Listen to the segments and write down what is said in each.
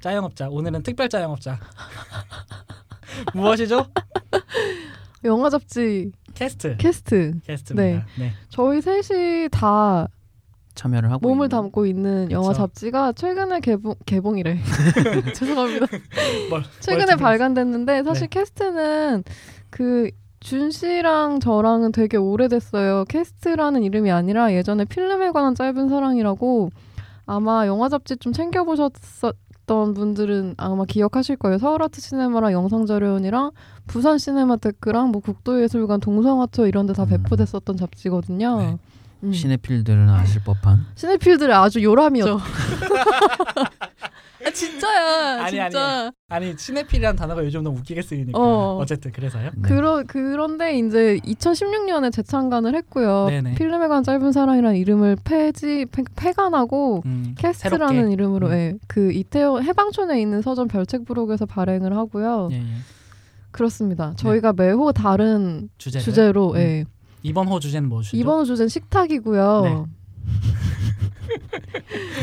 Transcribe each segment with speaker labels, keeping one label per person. Speaker 1: 짜영업자 오늘은 특별 짜영업자 무엇이죠?
Speaker 2: 영화 잡지
Speaker 1: 캐스트
Speaker 2: 캐스트.
Speaker 1: 캐스트입니다. 네.
Speaker 2: 저희 셋이 다
Speaker 3: 참여를 하고
Speaker 2: 몸을
Speaker 3: 있는.
Speaker 2: 담고 있는 영화
Speaker 1: 그쵸.
Speaker 2: 잡지가 최근에 개봉 개봉이래. 죄송합니다.
Speaker 1: 뭘-
Speaker 2: 최근에
Speaker 1: 뭘 지금-
Speaker 2: 발간됐는데 사실
Speaker 3: 네.
Speaker 2: 캐스트는 그 준 씨랑 저랑은 되게 오래됐어요. 캐스트라는 이름이 아니라 예전에 필름에 관한 짧은 사랑이라고 아마 영화 잡지 좀 챙겨 보셨었던 분들은 아마 기억하실 거예요. 서울아트 시네마랑 영상자료원이랑 부산 시네마테크랑 뭐 국도예술관 동성아트 이런 데 다
Speaker 3: 음.
Speaker 2: 배포됐었던 잡지거든요.
Speaker 3: 네.
Speaker 2: 음.
Speaker 3: 시네필드는 아실 법한.
Speaker 2: 시네필드를 아주 요람이었죠. 아 진짜야,
Speaker 1: 아니,
Speaker 2: 진짜.
Speaker 1: 아니 시네필이라는 단어가 요즘 너무 웃기게 쓰이니까
Speaker 2: 어.
Speaker 1: 어. 쨌든 그래서요.
Speaker 3: 네.
Speaker 2: 그러 그런데 이제 2016년에 재창간을 했고요.
Speaker 1: 네네.
Speaker 2: 필름에 관한 짧은 사랑이라는 이름을 폐지 폐, 폐간하고
Speaker 1: 음,
Speaker 2: 캐스트라는
Speaker 1: 새롭게.
Speaker 2: 이름으로
Speaker 1: 음.
Speaker 2: 예, 그 이태원 해방촌에 있는 서점 별책 부록에서 발행을 하고요.
Speaker 1: 예, 네. 예.
Speaker 2: 그렇습니다. 저희가 매호 다른
Speaker 1: 주제를
Speaker 2: 주제로 예.
Speaker 1: 이번 호 음, 주제는 뭐죠?
Speaker 2: 이번 주 주제는
Speaker 1: 네.
Speaker 2: 식탁이고요.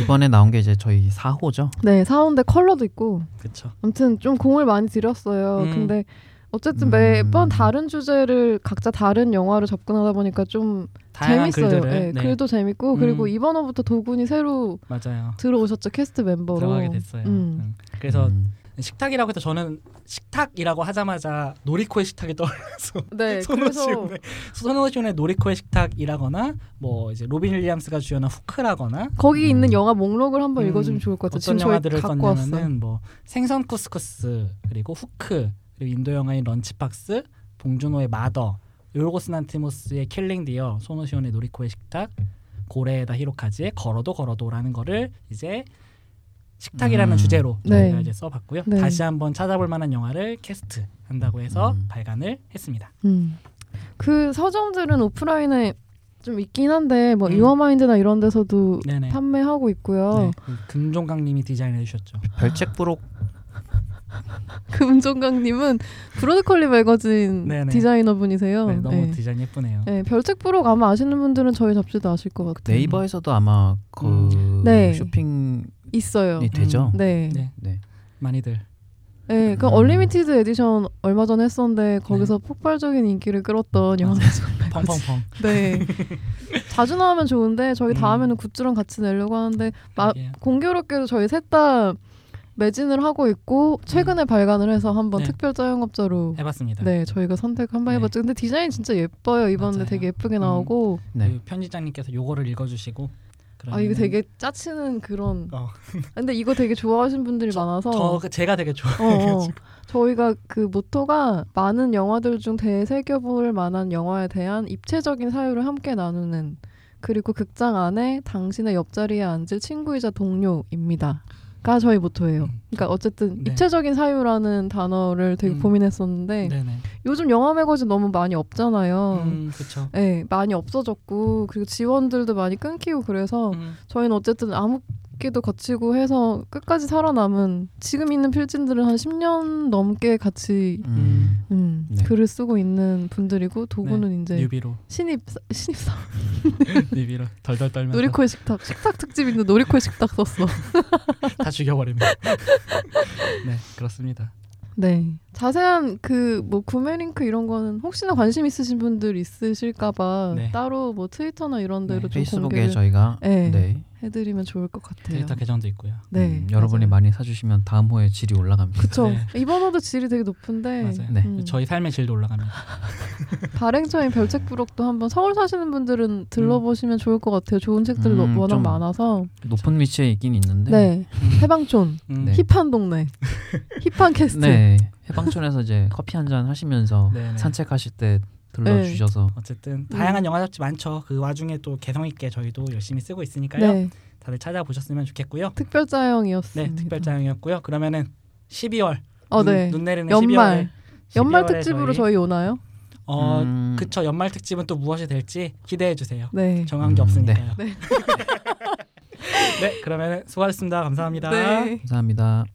Speaker 3: 이번에 나온 게 이제 저희 4호죠.
Speaker 2: 네, 사운드 컬러도 있고
Speaker 1: 그렇죠.
Speaker 2: 아무튼 좀 공을 많이 들였어요.
Speaker 1: 음.
Speaker 2: 근데 어쨌든
Speaker 3: 음.
Speaker 2: 매번 다른 주제를 각자 다른 영화로 접근하다 보니까 좀
Speaker 1: 다양한
Speaker 2: 재밌어요.
Speaker 1: 글들을
Speaker 2: 예,
Speaker 1: 네,
Speaker 2: 글도 재밌고
Speaker 1: 음.
Speaker 2: 그리고 이번 호부터 도군이 새로
Speaker 1: 맞아요.
Speaker 2: 들어오셨죠 캐스트 멤버로.
Speaker 1: 들어가게 됐어요.
Speaker 2: 음.
Speaker 1: 음. 그래서
Speaker 3: 음.
Speaker 1: 식탁이라고 해서 저는 식탁이라고 하자마자 노리코의 식탁이 떠올라서
Speaker 2: 네, 그래서
Speaker 1: 손오시온의 손오시온의 노리코의 식탁이라거나 뭐 이제 로빈 윌리엄스가 주연한 후크라거나
Speaker 2: 거기 있는 영화 목록을 한번
Speaker 1: 음.
Speaker 2: 읽어주면 좋을 것 같아요.
Speaker 1: 어떤
Speaker 2: 지금 저희
Speaker 1: 영화들을
Speaker 2: 갖고 왔어.
Speaker 1: 썼냐면은 뭐 생선 쿠스쿠스 그리고 후크 그리고 인도 영화인 런치박스 봉준호의 마더 요르고스 난티모스의 킬링 디어 손오시온의 노리코의 식탁 고래에다 히로카즈의 걸어도 걸어도라는 거를 이제 식탁이라는
Speaker 3: 음.
Speaker 1: 주제로
Speaker 2: 네.
Speaker 1: 저희가 이제 써봤고요.
Speaker 2: 네.
Speaker 1: 다시 한번 찾아볼 만한 영화를 캐스트 한다고 해서
Speaker 3: 음.
Speaker 1: 발간을 했습니다.
Speaker 2: 음. 그 서점들은 오프라인에 좀 있긴 한데 뭐
Speaker 1: 음.
Speaker 2: 유어마인드나 이런 데서도
Speaker 1: 네네.
Speaker 2: 판매하고 있고요.
Speaker 1: 네. 그 금종강님이 디자인해 주셨죠.
Speaker 3: 별책 부록
Speaker 2: 음. 금종강님은 그 브로드컬리 매거진
Speaker 1: 네네.
Speaker 2: 디자이너분이세요.
Speaker 1: 네, 너무
Speaker 2: 네.
Speaker 1: 디자인 예쁘네요.
Speaker 2: 네, 별책 부록 아마 아시는 분들은 저희 잡지도 아실 것 같아요.
Speaker 3: 네이버에서도 아마 그
Speaker 1: 음.
Speaker 2: 네.
Speaker 3: 쇼핑이
Speaker 2: 있어요.
Speaker 3: 되죠.
Speaker 2: 네.
Speaker 1: 네.
Speaker 2: 네.
Speaker 3: 네.
Speaker 1: 많이들
Speaker 2: 그
Speaker 3: 음.
Speaker 2: 얼리미티드 에디션 얼마 전에 했었는데 거기서 폭발적인 인기를 끌었던 영화.
Speaker 1: 네. 펑펑펑.
Speaker 2: 네. 자주 나오면 좋은데 저희
Speaker 1: 음.
Speaker 2: 다음에는 굿즈랑 같이 내려고 하는데 마,
Speaker 1: 그러게요.
Speaker 2: 공교롭게도 저희 셋 다 매진을 하고 있고 최근에 발간을 해서 한번
Speaker 1: 음. 네.
Speaker 2: 특별 자영업자로
Speaker 1: 해봤습니다.
Speaker 2: 네, 저희가 선택 한번
Speaker 1: 네.
Speaker 2: 해봤죠. 근데 디자인 진짜 예뻐요. 이번에
Speaker 1: 맞아요.
Speaker 2: 되게 예쁘게 나오고
Speaker 3: 네.
Speaker 1: 그 편집장님께서 요거를 읽어주시고
Speaker 2: 아
Speaker 1: 그러면은
Speaker 2: 이거 되게 짜치는 그런.
Speaker 1: 음.
Speaker 2: 아,
Speaker 1: 어.
Speaker 2: 근데 이거 되게 좋아하신 분들이 많아서.
Speaker 1: 저그 제가 되게 좋아.
Speaker 2: 어, 어. 저희가 그 모토가 많은 영화들 중 되새겨볼 만한 영화에 대한 입체적인 사유를 함께 나누는 그리고 극장 안에 당신의 옆자리에 앉을 친구이자 동료입니다.가 저희 모토예요.
Speaker 1: 음.
Speaker 2: 그러니까 어쨌든
Speaker 1: 네.
Speaker 2: 입체적인 사유라는 단어를 되게
Speaker 1: 음.
Speaker 2: 고민했었는데
Speaker 1: 네네.
Speaker 2: 요즘 영화 매거진 너무 많이 없잖아요.
Speaker 1: 음 그렇죠.
Speaker 2: 네, 많이 없어졌고 그리고 지원들도 많이 끊기고 그래서
Speaker 1: 음,
Speaker 2: 저희는 어쨌든 암흑기도 거치고 해서 끝까지 살아남은 지금 있는 필진들은 한 10년 넘게 같이
Speaker 3: 음.
Speaker 2: 음,
Speaker 3: 네.
Speaker 2: 글을 쓰고 있는 분들이고 도구는 이제
Speaker 1: 뉴비로
Speaker 2: 신입 신입 사
Speaker 1: 뉴비로 덜덜
Speaker 3: 음.
Speaker 1: 떨면서
Speaker 2: 놀이코의 식탁 식탁 특집인데 놀이코의 식탁 썼어.
Speaker 1: 다 죽여버립니다. 네 그렇습니다.
Speaker 2: 네. 자세한 그 뭐 구매 링크 이런 거는 혹시나 관심 있으신 분들 있으실까봐
Speaker 1: 네.
Speaker 2: 따로 뭐 트위터나 이런
Speaker 1: 네,
Speaker 2: 데로 좀
Speaker 3: 페이스북에
Speaker 2: 공개를
Speaker 3: 저희가
Speaker 2: 네.
Speaker 3: 네.
Speaker 2: 해드리면 좋을 것 같아요.
Speaker 1: 데이터 계정도 있고요.
Speaker 2: 네.
Speaker 3: 음, 여러분이
Speaker 2: 맞아요.
Speaker 3: 많이 사주시면 다음 호에 질이 올라갑니다.
Speaker 2: 그쵸.
Speaker 1: 네.
Speaker 2: 이번 호도 질이 되게 높은데
Speaker 1: 맞아요.
Speaker 3: 네.
Speaker 2: 음.
Speaker 1: 저희 삶의 질도 올라갑니다.
Speaker 2: 발행처인 별책부록도 한번 서울 사시는
Speaker 1: 음.
Speaker 2: 분들은 들러보시면 좋을 것 같아요. 좋은 책들
Speaker 3: 음,
Speaker 2: 음, 워낙
Speaker 3: 좀-
Speaker 2: 많아서.
Speaker 3: 높은 위치에 있긴 있는데.
Speaker 2: 네. 해방촌,
Speaker 1: 음,
Speaker 3: 네.
Speaker 2: 힙한 동네, 힙한 캐스트.
Speaker 3: 네. 해방촌에서 이제 커피 한 잔 하시면서
Speaker 1: 네네.
Speaker 3: 산책하실 때 들러 주셔서
Speaker 2: 음.
Speaker 1: 어쨌든 다양한 영화 잡지 많죠. 그 와중에 또 개성 있게 저희도 열심히 쓰고 있으니까요.
Speaker 2: 네.
Speaker 1: 다들 찾아보셨으면 좋겠고요.
Speaker 2: 특별자형이었습니다.
Speaker 1: 네 특별자영이었고요. 그러면은 12월
Speaker 2: 음, 어,
Speaker 1: 눈,
Speaker 2: 네.
Speaker 1: 눈 내리는
Speaker 2: 연말.
Speaker 1: 12월에
Speaker 2: 연말 특집으로 저희, 오나요?
Speaker 1: 어
Speaker 3: 음,
Speaker 1: 그쵸 연말 특집은 또 무엇이 될지 기대해 주세요.
Speaker 2: 네.
Speaker 1: 정한 게
Speaker 3: 음,
Speaker 1: 없으니까요.
Speaker 2: 네.
Speaker 1: 네, 그러면 수고하셨습니다. 감사합니다.
Speaker 2: 네.
Speaker 3: 감사합니다.